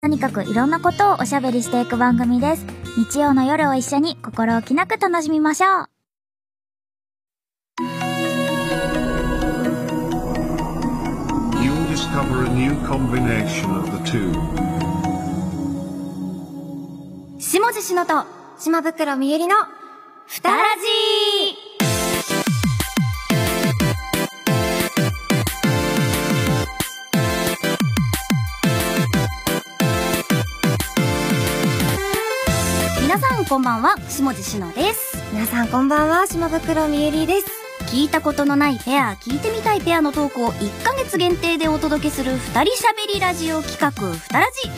とにかくいろんなことをおしゃべりしていく番組です。日曜の夜を一緒に心置きなく楽しみましょう。 You'll discover a new combination of the two. 下地しのと島袋みゆりのふたらじー皆さんこんばんは下地しのです皆さんこんばんは島袋みゆりです聞いたことのないペア聞いてみたいペアのトークを1ヶ月限定でお届けする二人しゃべりラジオ企画ふたらじ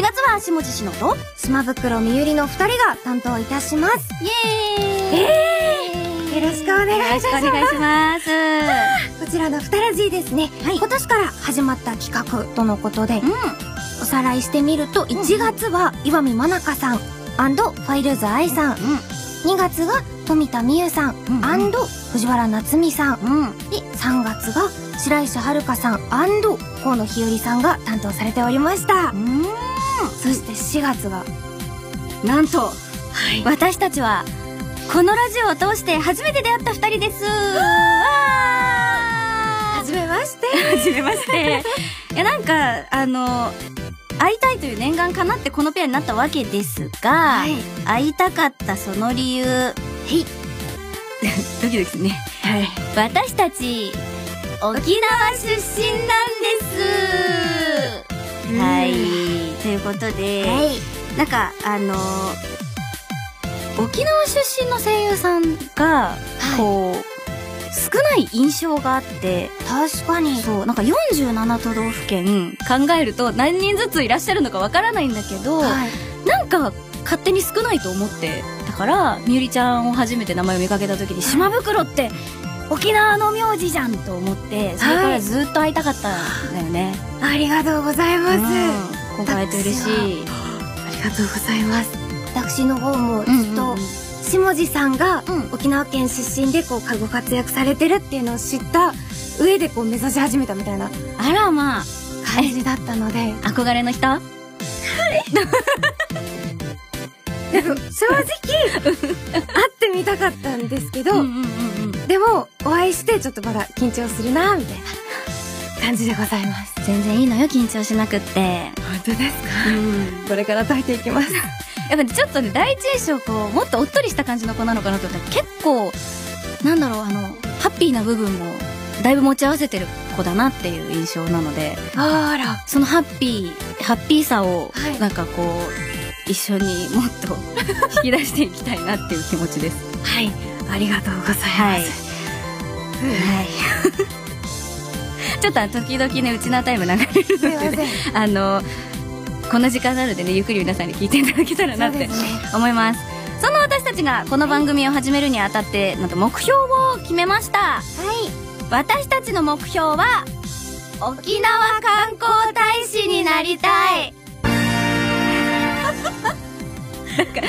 4月は下地しのと島袋みゆりの二人が担当いたします。イエーイ、よろしくお願いいたしよろますくお願いします。こちらの二ラジーですね、はい今年から始まった企画とのことでうん、おさらいしてみると、ん1月は岩見真中さん、ファイルズ愛さん、2月が富田美優さん、うんうん藤原夏美さん、うん、うん、で3月が白石遥さん、河野日和さんが担当されておりました。そして4月が、なんと、私たちはこのラジオを通して初めて出会った二人です。わはじめまして。ー初めま して。いやなんかあの会いたいという念願かなってこのペアになったわけですが、はい。会いたかったその理由、はい、 ドキドキするね。はい。私たち沖縄出身なんですうんはいということで、はい。なんかあの沖縄出身の声優さんがこう、少ない印象があって確かに。そうなんか47都道府県考えると何人ずついらっしゃるのかわからないんだけど、はい。なんか勝手に少ないと思ってだからみゆりちゃんを初めて名前を見かけた時に「島袋って沖縄の名字じゃん」と思ってそれからずっと会いたかったんだよね、ありがとうございます。うん今回会えて嬉しいありがとうございます。私の方もずうんっと、下地さんがうん沖縄県出身でこう、ご活躍されてるっていうのを知った上でこう、目指し始めたみたいなあらまあ感じだったので、憧れの人あでも正直、 会ってみたかったんですけど、うんうんでも、お会いしてちょっとまだ緊張するな、みたいな感じでございます。全然いいのよ緊張しなくって、本当ですかうん、これから解いていきます。やっぱりちょっとね第一印象こうもっとおっとりした感じの子なのかなと思ったら結構なんだろうあのハッピーな部分もだいぶ持ち合わせてる子だなっていう印象なのであら。そのハッピーハッピーさをはいなんかこう、一緒にもっと 引き出していきたいなっていう気持ちです。はい。ありがとうございます。はいはい。 ちょっとあの時々ねうちのタイム流れるのすいませで、ん。ね、あのこんな時間なのでねゆっくり皆さんに聞いていただけたらなっそうでてすね思いますその私たちがこの番組を始めるにあたってなんと目標を決めましたはい。私たちの目標は沖縄観光大使になりた いなんか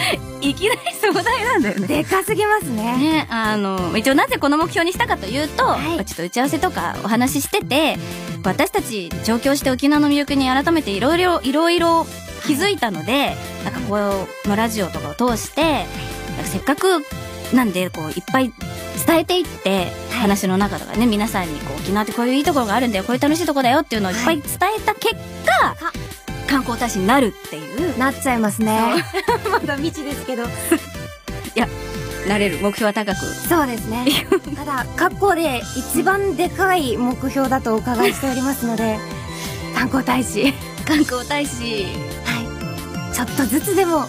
いきなり壮大なんだよねでかすぎますね。ね、あの一応なぜこの目標にしたかというと、はいまあちょっと打ち合わせとかお話ししてて私たち上京して沖縄の魅力に改めていろいろいろいろ気づいたので、なんかこのラジオとかを通してなんかせっかくなんでこういっぱい伝えていって、話の中とかね皆さんにこう沖縄ってこういういいところがあるんだよこういう楽しいところだよっていうのをいっぱい伝えた結果、か観光大使になるっていうなっちゃいますね。まだ未知ですけど。なれる目標は高くそうですね。 ただ、過去で一番でかい目標だとお伺いしておりますの で、観光大使、はい。観光大使ちょっとずつでも、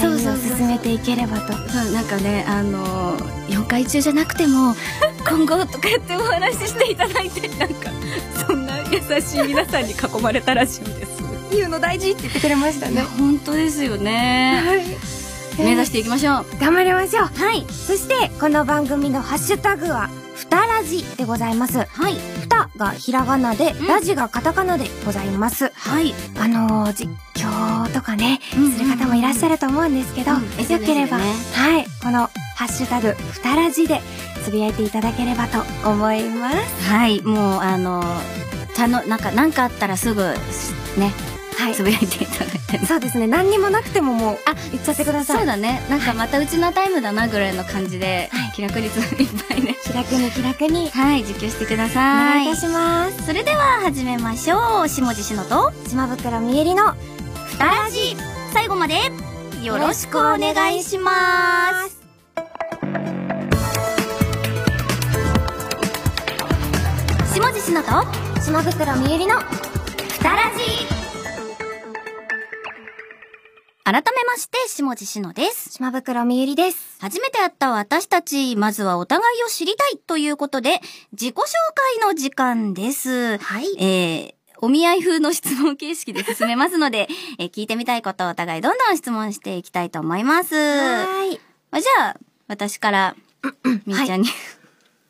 そうそう歩みを進めていければと。そうなんかねあの4回中じゃなくて も今後とかやってお話ししていただいてなんかそんな優しい皆さんに囲まれたらしいです言うの大事って言ってくれましたいや。本当ですよねはい。目指していきましょう頑張りましょう。はいそして、この番組のハッシュタグは、ふたらじでございます。はいふたがひらがなで、うんラジがカタカナでございます。はいあのー、実況とかね、うんうんする方もいらっしゃると思うんですけど、うんよければ、 SNS ねはい、この、ハッシュタグ、ふたらじで、つぶやいていただければと思います。はいもうあのたのなんかなんかあったらすぐねはい。つぶやいていただいてしてね そうですね何にもなくてももうあ言っちゃってくださそういだねなんかまたうちのタイムだなぐらいの感じで、はい気楽についっぱいね気楽に気楽にはい実況してくだおさ願いいいたしますそれでは始めましょう下地しのと島袋みえりのふたらじ最後までよろしくお願いします下地しのと島袋みえりのふたらじ改めまして下地しのです島袋みえりです初めて会った私たち、まずはお互いを知りたいということで、自己紹介の時間です。はいえーお見合い風の質問形式で進めますので、 えー聞いてみたいことをお互いどんどん質問していきたいと思います。まはーいあ、じゃあ、私 から、みーちゃんに、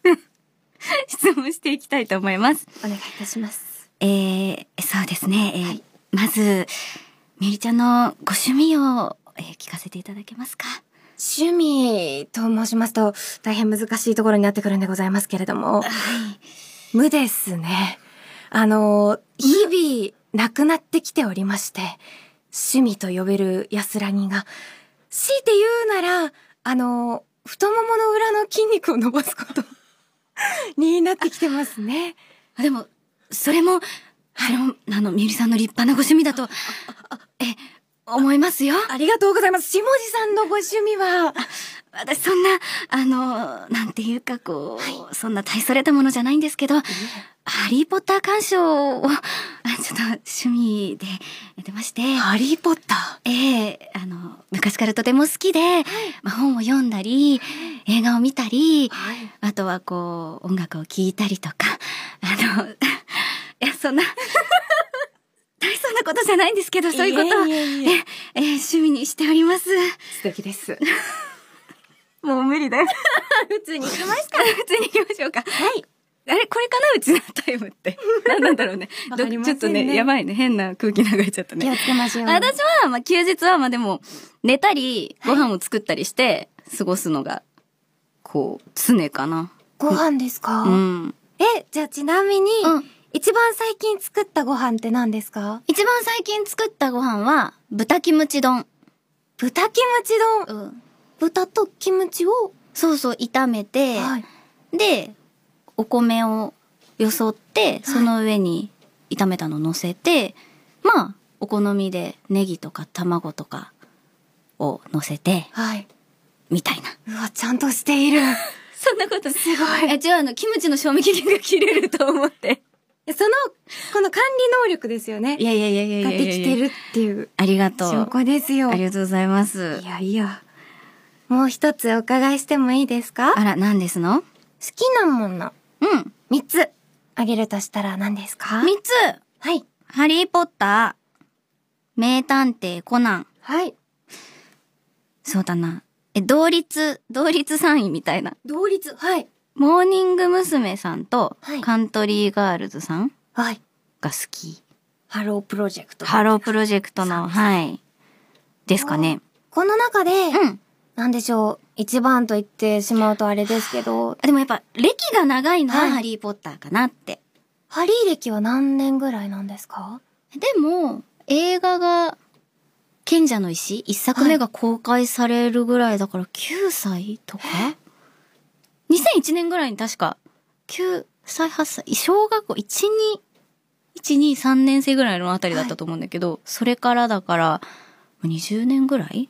質問していきたいと思います。お願いいたしますえーそうですね。えーまず、みゆりちゃんのご趣味を、えー聞かせていただけますか趣味と申しますと大変難しいところになってくるんでございますけれども無ですねあの日々なくなってきておりまして趣味と呼べる安らぎが強いて言うならあの太ももの裏の筋肉を伸ばすこと になってきてますねあでも、それも、それも、あの、みゆりさんの立派なご趣味だと、え、思いますよ。ありがとうございます下地さんのご趣味は私そんな、あの、なんていうかこう、そんな大それたものじゃないんですけど、ハリーポッター鑑賞を、あちょっと趣味でやってまして、ハリーポッターええあの、昔からとても好きで、まあ、本を読んだり、映画を見たり、はいあとはこう、音楽を聴いたりとか、あの、 いや、そん な、大層なことじゃないんですけど、そういうことを、いえ えいえいええ趣味にしております。素敵ですもう無理だ よ。普通に行きまし普通に行きましょうか。はい。あれこれかなうちのタイム って。何なんだろうね。わどかりまちせょっんねとね、やばいね。変な空気流れちゃった 気をね。つけましょう私は、まあ、休日は、まあ、でも、寝たり、ご飯を作ったりして、過ごすのが、こう、常かな。ご飯ですか、うん。え、じゃあちなみに、うん一番最近作ったご飯って何ですか一番最近作ったご飯は、豚キムチ丼。豚キムチ丼。ん。豚とキムチを、そうそう、炒めて、はい。で、お米をよそって、その上に炒めたの乗せて、まあ、お好みでネギとか卵とかを乗せて、はい。みたいな。うわ、ちゃんとしている。そんなことすごいえ、違うの、キムチの賞味期限が切れると思って。 その、この管理能力ですよね。いやいやいやいやいやがいやできてるっていうありがと証う。拠ですよ。ありいがとうございます。やいや。もう一つお伺いしてもいいですか好あら、何ですのきなもの、うん。三つ、あげるとしたら何ですか三つ。はい。ハリーポッター、名探偵コナン。はい。そうだな。え、同率、同率3位みたいな。同率、はい。モーニング娘。さんとはい、カントリーガールズさんはい。が好き。ハロープロジェクト。ハロープロジェクトの、はい。ですかね。この中で、うん。なんでしょう、一番と言ってしまうとあれですけど、でもやっぱ、歴が長いのはは、いハリーポッターかなって。ハリー歴は何年ぐらいなんですかでも、映画が、賢者の石一作目が公開されるぐらいだから、9歳とか ?2001 年ぐらいに確か、9歳、8歳、小学校1、2、1、2、3年生ぐらいのあたりだったと思うんだけど、それからだから、20年ぐらい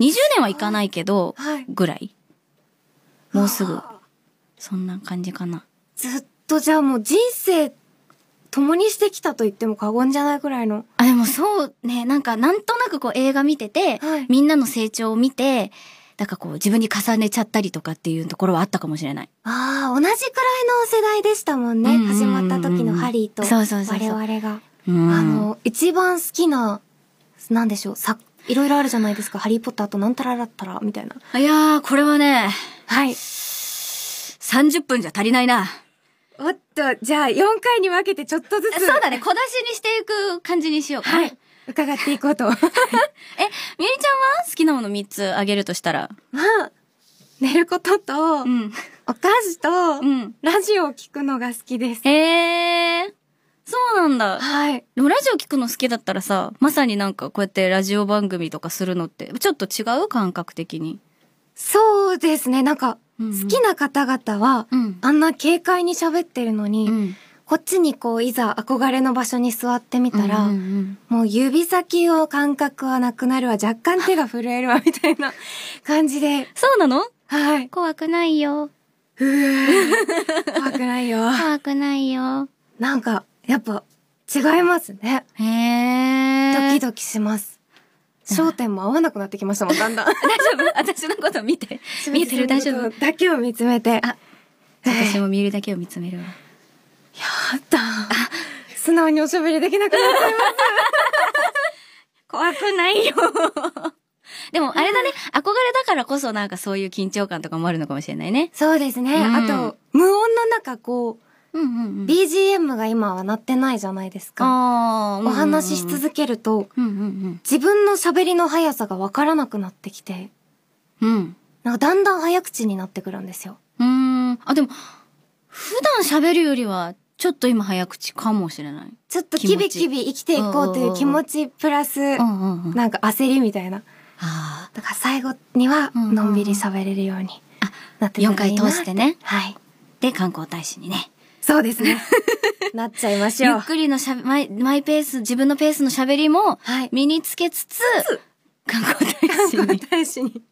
?20 年はいかないけど、はいぐらいもうすぐ。そんな感じかな。ずっとじゃあもう人生、共にしてきたと言っても過言じゃないぐらいの。あ、でもそうね、なんかなんとなくこう映画見てて、はいみんなの成長を見て、なんかこう自分に重ねちゃったりとかっていうところはあったかもしれない。ああ、同じくらいの世代でしたもんうね。んうんうんうん始まった時のハリーと、そうそうそうそう我々が。うんあ、の、一番好きな、なんでしょう、さ、いろいろあるじゃないですか。ハリーポッターとなんたらだったら、みたいな。いやー、これはね、はい。 30分じゃ足りないな。おっと、じゃあ4回に分けてちょっとずつ。 そうだね、小出しにしていく感じにしようか。はえい、。伺っていこう と。みゆりちゃんは好きなもの3つあげるとしたら。まあ、寝ることと、うん。お菓子と、うん。ラジオを聞くのが好きです。へー。そうなんだ。はい。でもラジオ聞くの好きだったらさ、まさになんかこうやってラジオ番組とかするのって、ちょっと違う感覚的に。そうですね。なんか、うんうん好きな方々は、うん。あんな軽快に喋ってるのに、うん。こっちにこう、いざ憧れの場所に座ってみたら、うんうんもう指先を感覚はなくなるわ、若干手が震えるわ、みたい な感じで、そうなのはい。怖くないよ。怖くない よ。怖くないよ。なんか、やっぱ、違いますね。へえ。ドキドドキします。焦点も合わなくなってきましたもん、だん だん。大丈夫私 のこと見て。見えてる大丈夫。。だけを見つめて。あえー私も見るだけを見つめるわ。あった。素直におしゃべりできなくなった今。怖くないよ。 でも、あれだね、憧れだからこそなんかそういう緊張感とかもあるのかもしれないね。そうですね。うんあと、無音の中、こうんうんうう、ん。 BGM が今は鳴ってないじゃないですか。あーお話しし続けると、うんうん自分の喋りの速さがわからなくなってきて、うん。うん。なんかだんだん早口になってくるんですよ。うーん。あ、でも、普段喋るよりは、ちょっと今早口かもしれない。ちょっと気持キちビキビ生きていこうという気持ちプラス、うんうんうん。あなんか焦りみたたいな。あだから最後には、うんうんうんのんびり喋れるようになってー。たら4回いいな通して。ね。はい。で、観光大使にね。そうですね。 なっちゃいましゆょっう。くりのしゃべ、マイ、マイペース、自分のペースの喋りも、はい。身につけつつ、観光大使に。大使に。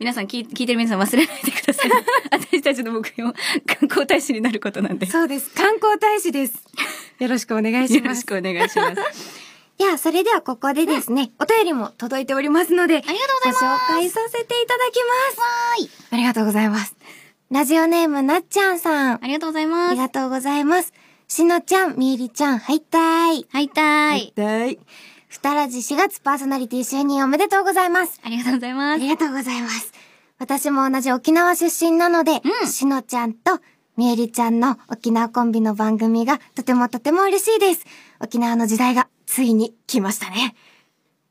皆さん聞い、聞いてる皆さん忘れないでくだ さい。私たちの目標、観光大使になることなんで。よそうです。観光大使です。よろしくお願いしろますし。くお願いします。いや、それではここでですね、お便りも届いておりますので、ありがとうございます。ご紹介させていただきます。ありがとうございます。ラジオネームなっちゃんさん。 ありがとうございあまりす。がとうございます。しのちゃん、みいりちゃん、はいたーい。はい、たーい。はい。ふたらじ4月パーソナリティ就任おめでとうございます。ありがとうございあます。りがとうございます。私も同じ沖縄出身なので、うんしのちゃんとみえりちゃんの沖縄コンビの番組がとてもとても嬉しいです。沖縄の時代がついに来ましたね。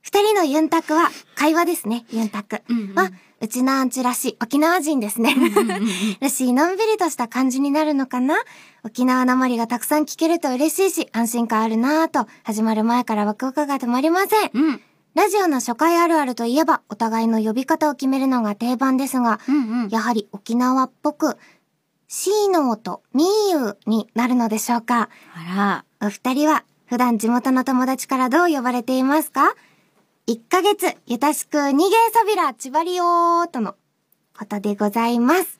二人のユンタクは、会話ですね、ユンタク。うんうんは、うちのアンチらしい沖縄人ですね。 らしいのんびりとした感じになるのかな沖縄なまりがたくさん聞けると嬉しいし、安心感あるなぁと、始まる前からワクワクが止まりません。うん。ラジオの初回あるあるといえば、お互いの呼び方を決めるのが定番ですが、うんうん。やはり沖縄っぽく、シーノーとミーユーになるのでしょうか。あお二人は、普段地元の友達からどう呼ばれていますか ?1 ヶ月、ゆたしく、にげさびら、ちばりよー、とのことでございます。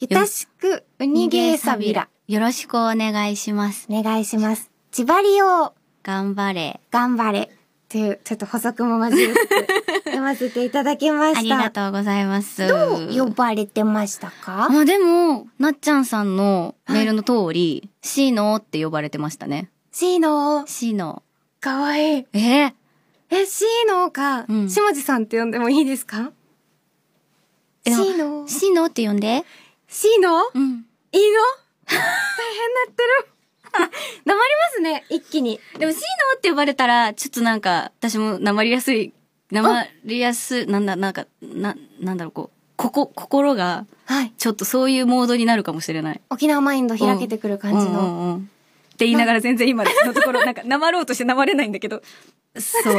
ゆたしく、うら。にげさびら。。よろしくお願いします。お願いします。ちばりよー。頑張れ。頑張れっていう、ちょっと補足も交えつつ読ませていただきまし た。ありがとうございます。どう呼ばれてましたかまあでも、なっちゃんさんのメールの通り、シーノーって呼ばれてましたね。シーノー。シーノかわいい。ー。えーえ、シーノーか、うん下地さんって呼んでもいいですかえシでもーノー。シーノーって呼んで。シーノうーん。いいの大変なって る。なまりますね、一気に。でも、シーノーって呼ばれたら、ちょっとなんか、私もなまりやすい、なまりやすい、なんだ、なんか、な、なんだろう、こう、ここ、心が、はい。ちょっとそういうモードになるかもしれない。沖縄マインド開けてくる感じうの。んうんうんって言いながら全然今のところ、なんか、なまろうとしてなまれないんだけど。そう。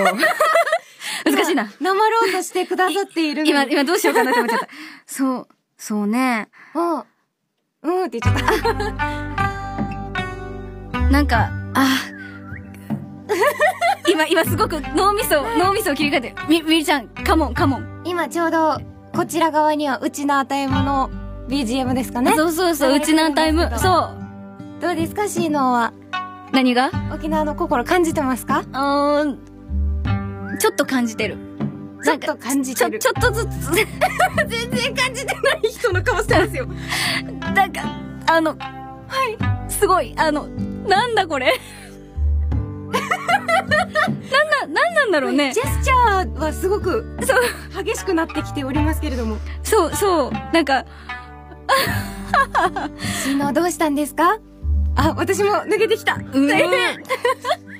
難しいな。なまろうとしてくださっているのに今、今どうしようかなって思っちゃった。そう、そうね。もう、うんって言っちゃった。なんか、あー 今、今すごく脳みそ、脳みそを切り替えて、み、みりちゃん、カモン、カモン。今ちょうど、こちら側にはうちの与え物 BGM ですかね。そうそうそう、流うれてちのタイムま。すけそう。どうですか、シーノーは。何が沖縄の心感じてますかあーちょっと感じてる。ちょっと感じちてょ、る。ちょっとずつ。 全然感じてない人の顔して ますよ。なんか、あの、はい。すごい、あの、なんだこれ。 なんだ、なんなんだろうねジ。ェスチャーはすごく、そう、激しくなってきておりますけれども。そう、そう。なんか、シーノーどうしたんですかあ、私も抜けてきた。う今ーん。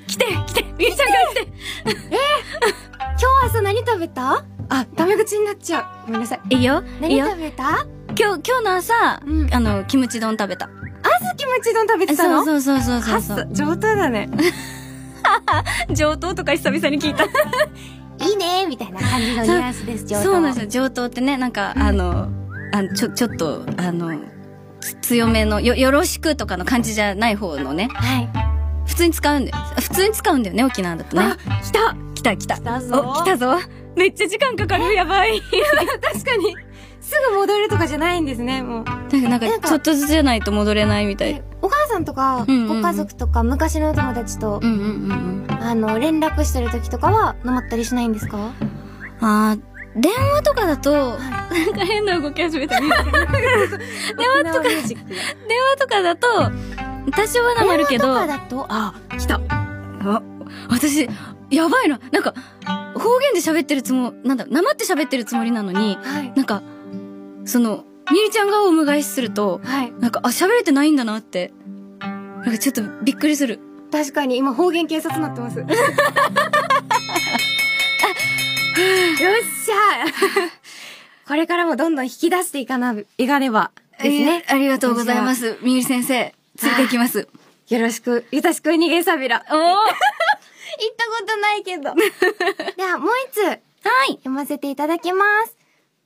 来て、来て、みゆちゃんから来て。日朝何食べたあ、タメ口になっちゃう。ごめんなさい。いいよ、いい何よ。食べた今日、今日の朝、うんあの、キムチ丼食べた。朝キキムチ丼食べてたそうのそうそうそうそうカそうス上等だね上等とか久々に聞いたいいねみたいな感じのニュアンスです上等そうなんですよ上等ってねなんか、あのあのちょちょっとあのつ強めのよよろしくとかの感じじゃない方のねはい普通に使うんだよ普通に使うんだよね沖縄だとねあ来た来た来たたぞお来たぞめっちゃ時間かかるやばい確かにすぐ戻るとかじゃないんですねもなうんかななんんかかちょっとずつじゃないと戻れないみたいお母さんとか、うんうんうんご家族とか、昔のお友達と、うんうんうんうんあの、連絡してる時とかは、飲まったりしないんですかあー電話とかだと、なんか変な動き始めた。電話沖縄ミュージックとかだと、多少はなまるけど、電話とかだと、あ、来たあ私、やばいな。なんか、方言で喋ってるつも、なんだ、なまって喋ってるつもりなのに、はい。なんか、その、みゆりちゃんがお迎えすると、はい。なんか、あ、喋れてないんだなって。なんかちょっとびっくりする。確かに今方言警察なってますよっしゃこれからもどんどん引き出していかないかねばですね、えーありがとうございます。みゆり先生、ついていきます。よろしくゆたしく逃げさびらおー行ったことないけど。 では、もう一通、はい読ませていただきます。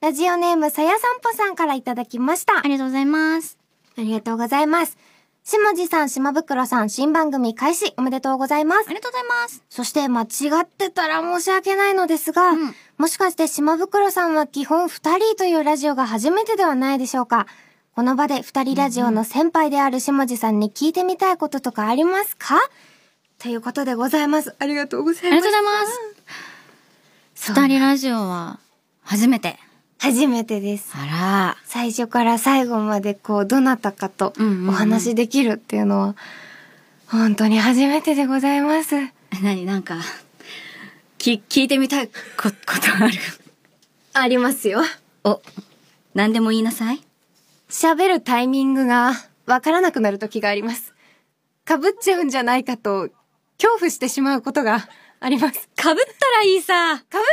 ラジオネーム、さやさんぽさんからいただきました。ありがとうございます。ありがとうございます。下地さん、島袋さん、新番組開始おめでとうございますあ。りがとうございます。そして、間違ってたら申し訳ないのですが、うんもしかして島袋さんは基本二人というラジオが初めてではないでしょうか。この場で二人ラジオの先輩である下地さんに聞いてみたいこととかありますかということでございます。ありがとうござあいりまがすとうご。ざいます。二人ラジオは初めて。初めてです。あ最初から最後までこう、どなたかとうんうんうんお話しできるっていうのは、本当に初めてでございます。ら。なになんか、き、聞いてみたいこ、ことある。ありますよお、何でも言いなさい。喋るタイミングがわからなくなる時がありますかぶっちゃうんじゃないかと恐怖してしまうことがありますかぶったらいいさ。かぶったら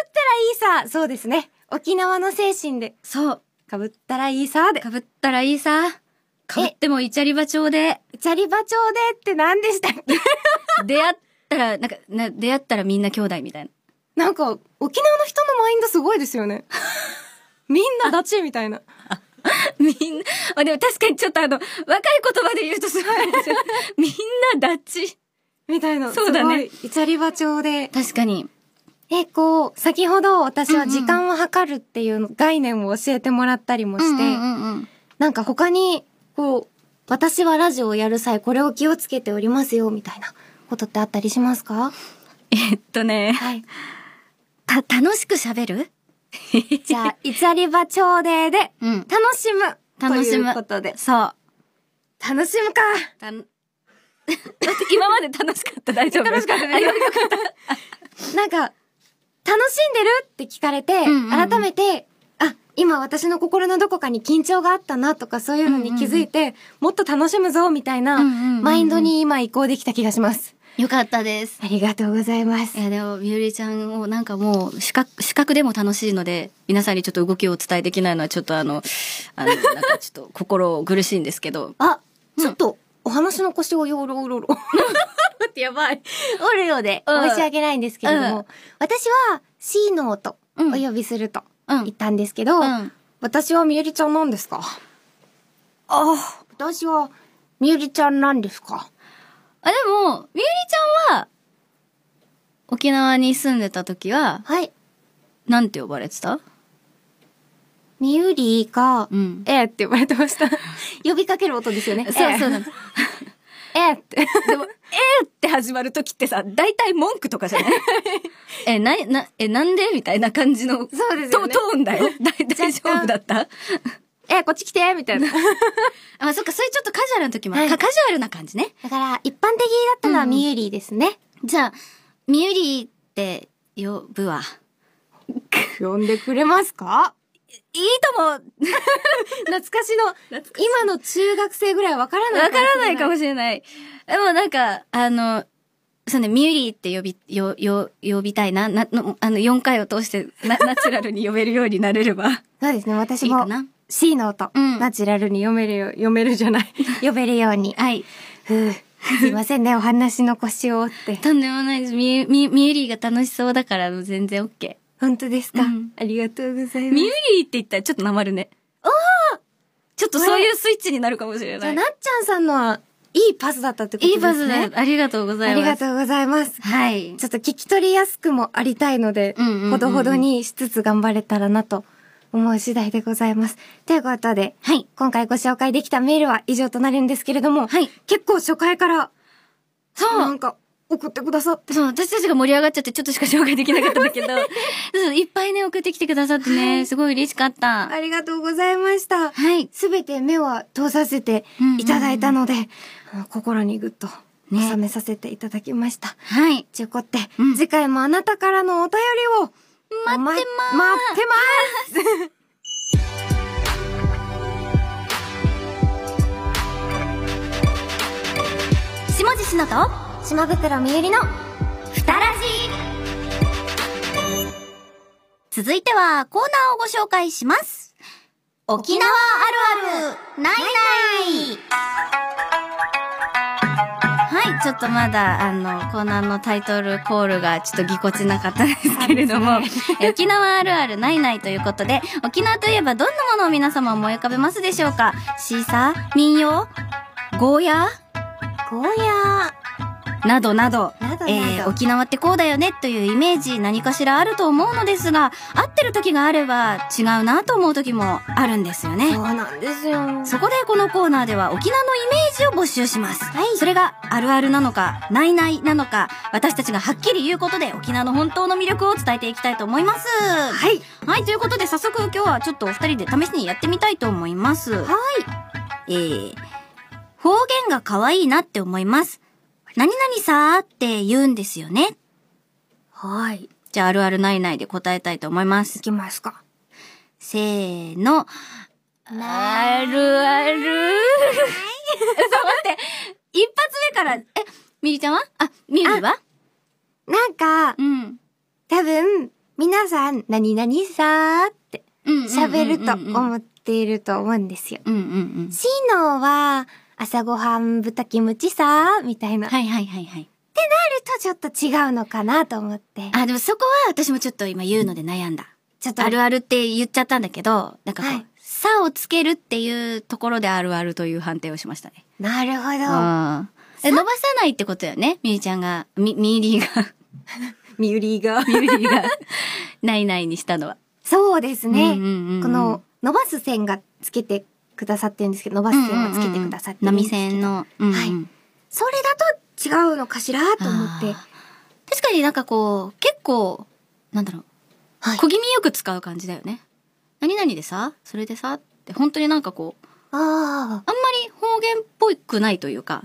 いいさそうですね沖縄の精神でそう。かぶったらいいさでかぶったらいいさ。かぶってもイチャリバ調で、チャリバ調でって何でしたっけ出会ったら、なんか、な、出会ったらみんな兄弟みたいな。なんか、沖縄の人のマインドすごいですよね。 みんなダチみたいな。 みんな、あ、でも確かにちょっとあの、若い言葉で言うとすごい ですよ。みんなダッチ。みたいな。そうだねすごい。イチャリバ調で。確かに。え、こう、先ほど私は時間を計るっていう概念を教えてもらったりもして、うんうんうんうんなんか他に、こう、私はラジオをやる際これを気をつけておりますよみたいなことってあったりしますかえっとね。はい。た、楽しく喋るじゃあ、いつありば朝礼でうん。楽しむ楽しむということで。そう。楽しむかたん 今まで楽しかった大丈夫楽しかったなんか、楽しんでるって聞かれて、んうんうん改めて、あ、今私の心のどこかに緊張があったなとかそういうのに気づいて、もっと楽しむぞみたいな、うんうんうんうんマインドに今移行できた気がします。よかったですありがとうございますい。やでもみゆりちゃんをなんかもう視覚視覚でも楽しいので皆さんにちょっと動きをお伝えできないのはちょっとあのあのなんかちょっと心苦しいんですけどあ、ちょっと、お話の腰をよろうろろ。待ってやばい。おるようで、うん申し訳ないんですけれどうんも、私は C の音おうん呼びするとうん言ったんですけど、うん私はみゆりちゃんなんですかあ私はみゆりちゃんなんですかあでもみゆりちゃんは沖縄に住んでた時ははい。なんて呼ばれてたみゆりがうんええって呼ばれてま した。呼びかける音ですよね。。そうそううだええって。でも、えーって始まるときってさ、大体文句とかじゃない え、な、な、え、なんでみたいな感じの。そうですよねトトーンだ よ。だい大丈夫だった ええ、こっち来てみたい な。あ、そっか、そういうちょっとカジュアルな時も、はいかカジュアルな感じね。だから、一般的だったのはみゆりですね。じゃあ、みゆりって呼ぶわ。呼んでくれますかいいとも、 わ懐かしの、今の中学生ぐらいわからないからないかももしれない。でもなんか、あの、そうね、みゆりって呼び、よ、よ、呼びたいな、な、のあの、4回を通して、な、ナチュラルに呼べるようになれれば、そうですね、私いいかもな。 C の音、うんナチュラルに読めるよ、読める じゃない。呼べるように。 はい。ふうすいませんね、お話の腰を折って。とんでもないです。みゆ、み、みゆりが楽しそうだから全然オッケ本当ですか、うんありがとうございー。まみすゆ。りって言ったらちょっとなまるね。おちょっとそういうスイッチになるかもしれじなゃあ、い。なっちゃんさんのは、いいパスだったってこといですいね。バズだよ。ありがとうござあいます。りがとうございます。はい。ちょっと聞き取りやすくもありたいので、うんうんうんうんほどほどにしつつ頑張れたらなと思う次第でございます。ということで、はい。今回ご紹介できたメールは以上となるんですけれども、はい結構初回から、そうなんか、送ってくださって。そう、私たちが盛り上がっちゃってちょっとしか紹介できなかったんだ けど、そういっぱいね、送ってきてくださってね、すごい嬉しかった。ありがとうございました。はい。すべて目は通させていただいたので、あの心にぐっとね収めさせていただきました。はい。ちゅうこって、うん次回もあなたからのお便りをお待っ待てまーす。待ってます下地しのと、島袋みゆりのふたらじ続いてはコーナーをご紹介します。沖縄あるある、ないないはい、ちょっとまだ、あの、コーナーのタイトルコールがちょっとぎこちなかったんですけれども、え沖縄あるあるないないということで、沖縄といえばどんなものを皆様思い浮かべますでしょうかシーサー民謡ゴーヤゴーヤーなどなど。ーなどなど、えー沖縄ってこうだよねというイメージ何かしらあると思うのですが合ってる時があれば違うなと思う時もあるんですよ そねうなんですよ。。そこでこのコーナーでは沖縄のイメージを募集します、それがあるあるなのかないないなのか私たちがはっきり言うことで沖縄の本当の魅力を伝えていきたいと思いますはいはいということで早速今日はちょっとお二人で試しにやってみたいと思いますはいえー、方言が可愛いなって思います何々さーって言うんですよねはい。じゃあ、あるあるないないで答えたいと思いまいす。きますか。せーの。あるある。 そう、待って。一発目から、え、みりちゃんはあ、みゆりはなんか、うん。多分、皆さん、何々さーってうん喋るとうん思っていると思うんですよ。うんうん。シノは、朝ごはん豚キムチさーみたいな。はいはいはいはい。とちょっと違うのかなと思って。あ、でもそこは私もちょっと今言うので悩んだ。ちょっとあるあるって言っちゃったんだけど、なんかこはうい、さをつけるっていうところであるあるという判定をしましたね。なるほど。あーえ伸ばさないってことよねみゆちゃんが、み、みゆりが。ミュリーが。ゆりが、ないないにしたのは。そうですね。うんうんうんうんこの、伸ばす線がつけてくださってるんですけど、伸ばす線をつけてくださってるん波ですけど。線の。うんうんはいそれだと違うのかしらと思って。あー確かになんかこう、結構、なんだろう。はい小気味よく使う感じだよね。何々でさ、それでさって、本当になんかこう、ああ。あんまり方言っぽくないというか。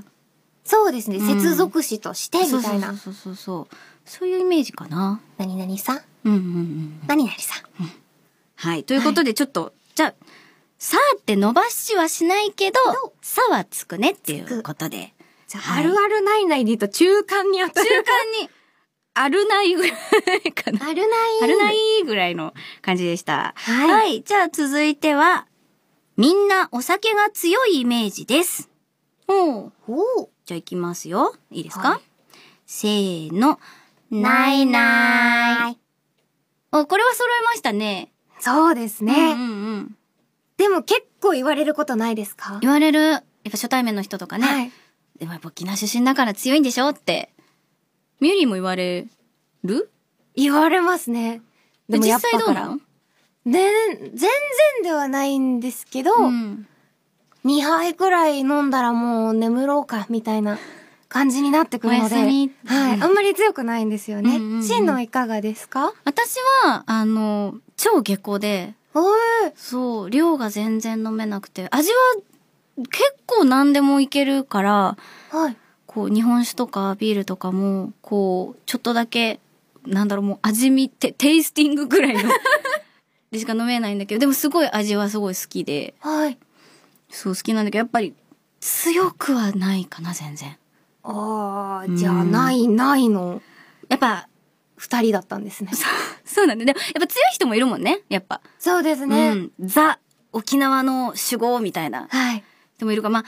そうですね。うん接続詞として、みたいな。そうそうそうそうそう。そういうイメージかな。何々さんうんうんうん。何々さんはい。ということで、ちょっと、じゃあ、さあって伸ばしはしないけど、さはつくねっていうことで。じゃあ、はいあるあるないないで言うと中間に当た中る。間に、あるないぐらいかな。あるない。あるないぐらいの感じでした。はいじゃあ続いては、みんなお酒が強いイメージです。おうおうじゃあ行きますよ。いいですか、はいせーの。ないない。お、これは揃えましたね。そうですね、うんうんうん。でも結構言われることないですか言われる、やっぱ初対面の人とかね。はい。でもやっぱ沖縄出身だから強いんでしょって。ミュリーも言われる言われますね。でもや実っぱ際どうかならの。ね、全然ではないんですけど、ん。 2杯くらい飲んだらもう眠ろうか、みたいな感じになってくるので。おやすみはい。あんまり強くないんですよね。うんうんうんシンのいかがですか私は、あの、超下校で、おーそう、量が全然飲めなくて、味は結構何でもいけるから、はい。こう、日本酒とかビールとかも、こう、ちょっとだけ、なんだろう、もう味見、てテイスティングぐらいの、でしか飲めないんだけど、でもすごい味はすごい好きで、はい。そう好きなんだけど、やっぱり強くはないかな、全然。あうあ、んじゃあ、ない、ないのやっぱ、二人だったんですね。そうなんだ。でも、やっぱ強い人もいるもんね、やっぱ。そうですね。うん。ザ、沖縄の主語みたいなはい。人もいるが、まあ、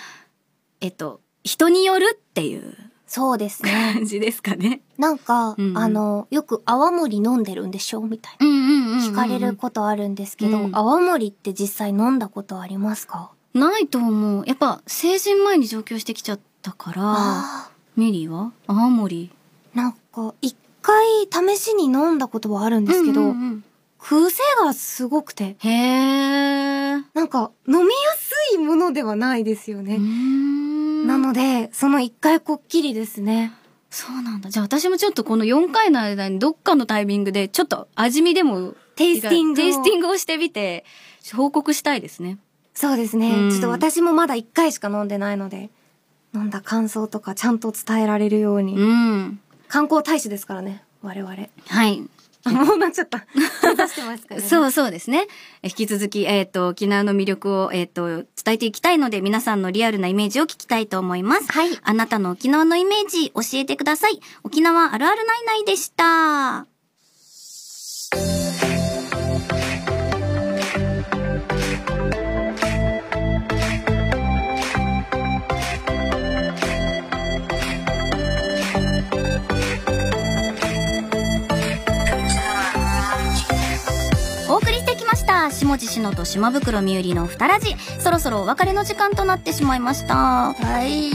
えっと、人によるっていうそうですね。感じですかね。なんか、うんあの、よく泡盛飲んでるんでしょみたいうんうんうん、な。聞かれることあるんですけど、うん泡盛って実際飲んだことありますかないと思う。やっぱ、成人前に上京してきちゃったから、あメリーは青森ーなんか、一回試しに飲んだことはあるんですけど、うんうんうん癖がすごくて、へー。なんか飲みやすいものではないですようーね。んなので、その一回こっきりですね。そうなんだ。じゃあ私もちょっとこの4回の間にどっかのタイミングでちょっと味見でもテイスティングをテイスティングをしてみて報告したいですね。そうですうんね。ちょっと私もまだ一回しか飲んでないので、飲んだ感想とかちゃんと伝えられるように。うん。観光大使ですからね、我 々。はい。あもうなっちゃ った。出してますからね。そうそうですね。え引き続き、えっ、と、沖縄の魅力を、えっ、と、伝えていきたいので、皆さんのリアルなイメージを聞きたいと思います。はいあなたの沖縄のイメージ、教えてください。沖縄あるあるないないでした。お送りしてきました。下地しのと島袋みゆりのふたらじ。そろそろお別れの時間となってしまいました。はい。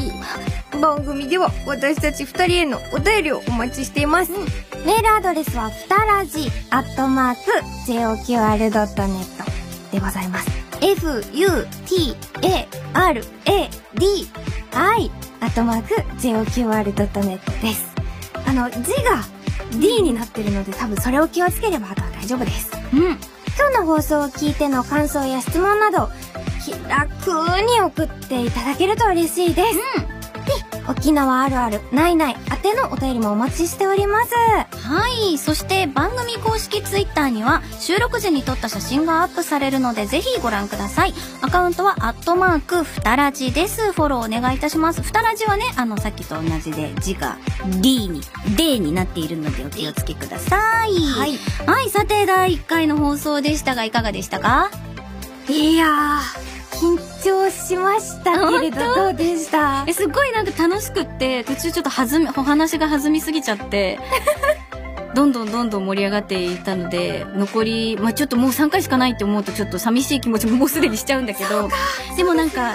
番組では私たち二人へのお便りをお待ちしています。メールアドレスはふたらじアットマーク JOQR.net でございます。F, U, T, A, R, A, D, I アットマーク JOQR.net です。あの、字が D になってるので多分それを気をつければあとは大丈夫です。うん。今日の放送を聞いての感想や質問など気楽に送っていただけると嬉しいです、で沖縄あるあるないない宛てのお便りもお待ちしております。はい。そして番組公式ツイッターには収録時に撮った写真がアップされるのでぜひご覧ください。アカウントはアットマークふたらじです。フォローお願いいたします。ふたらじはね、あのさっきと同じで字が D に、D になっているのでお気をつけください。はいはい。さて、第1回の放送でしたがいかがでしたかいやー緊張しましたけれどどうでしたえ、すごいなんか楽しくって、途中ちょっと弾み、お話が弾みすぎちゃ って、どんどんどんどん盛り上がっていったので、残り、まあちょっともう3回しかないって思うとちょっと寂しい気持ちももうすでにしちゃうんだけど、でもなんか、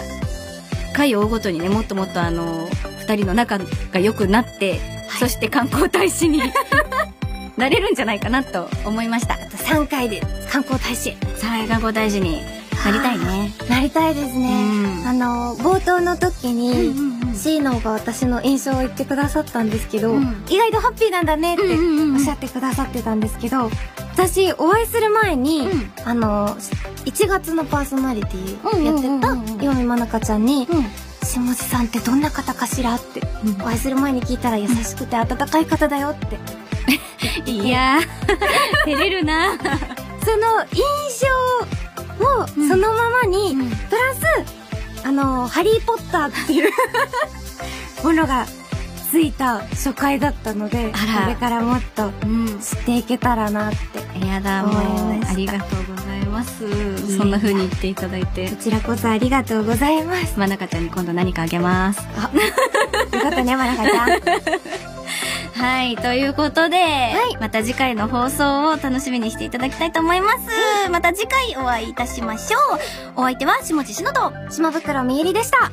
回を追うごとにね、もっともっとあの、二人の仲が良くなって、そして観光大使 になれるんじゃないかなと思いました。 3回で観光大使さあ、観光大使になりたいね。なりたいですね、うんあの冒頭の時うに、んうんシーノが私の印象を言ってくださったんですけど、うん意外とハッピーなんだねってうんうんうんおっしゃってくださってたんですけど、私お会いする前に、うんあの、1月のパーソナリティやうんうんうってんうんうんた岩見まなかちゃんに、うん下地さんってどんな方かしらって、うんお会いする前に聞いたら優しくて温かい方だよって、いやー、 照れるな。その印象をうんそのままに、うんプラス、あの、ハリーポッターっ ていうものがついた初回だったので、あらこれからもっとうん知っていけたらなって。やだ、思もいうまし。たありがとうございます。そんな風に言っていただいてこ。ちらこそありがとうござ います。まなかちゃんに今度何かあげます。よかったね、まなかちゃん。はい、ということで、また次回の放送を楽しみにしていただきたいと思います。また次回お会いいたしましょう。お相手は下地しのと、島袋みゆりでした。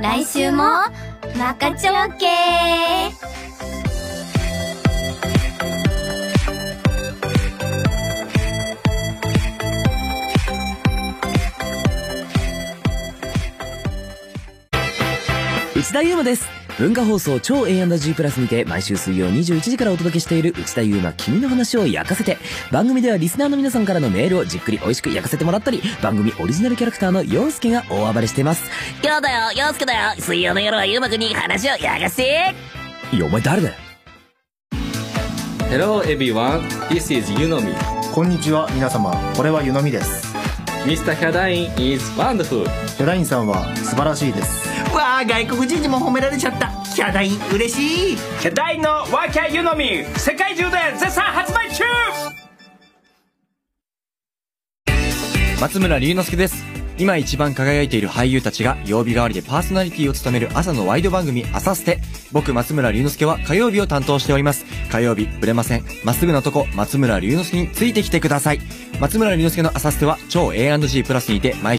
来週も、中ちょうけー内田祐馬です文化放送超 A&G プラスにて毎週水曜21時からお届けしている内田祐馬君の話を焼かせて番組ではリスナーの皆さんからのメールをじっくり美味しく焼かせてもらったり番組オリジナルキャラクターの陽介が大暴れしています今日だよ陽介だよ水曜の夜は祐馬君に話を焼かせていやお前誰だよ Hello everyone, this is Yunomi. こんにちは皆様これは湯飲みです Mr. Hyadain is wonderful. ヒョダインさんは素晴らしいですわあ外国人にも褒められちゃったキャダイン嬉しいキャダインのワーキャーユノミ世界中で絶賛発売中松村龍之介です今一番輝いている俳優たちが曜日代わりでパーソナリティを務める朝のワイド番組「朝ステ」僕松村龍之介は火曜日を担当しております火曜日ぶれませんまっすぐな男松村龍之介についてきてください松村龍之介の「朝ステ」は超 A&G プラスにて毎